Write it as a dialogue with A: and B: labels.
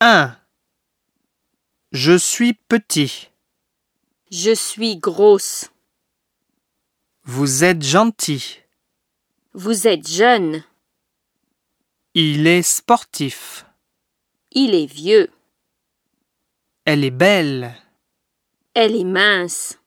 A: 1. Je suis petit.
B: Je suis grosse.
A: Vous êtes gentil.
B: Vous êtes jeune.
A: Il est sportif.
B: Il est vieux.
A: Elle est belle.
B: Elle est mince.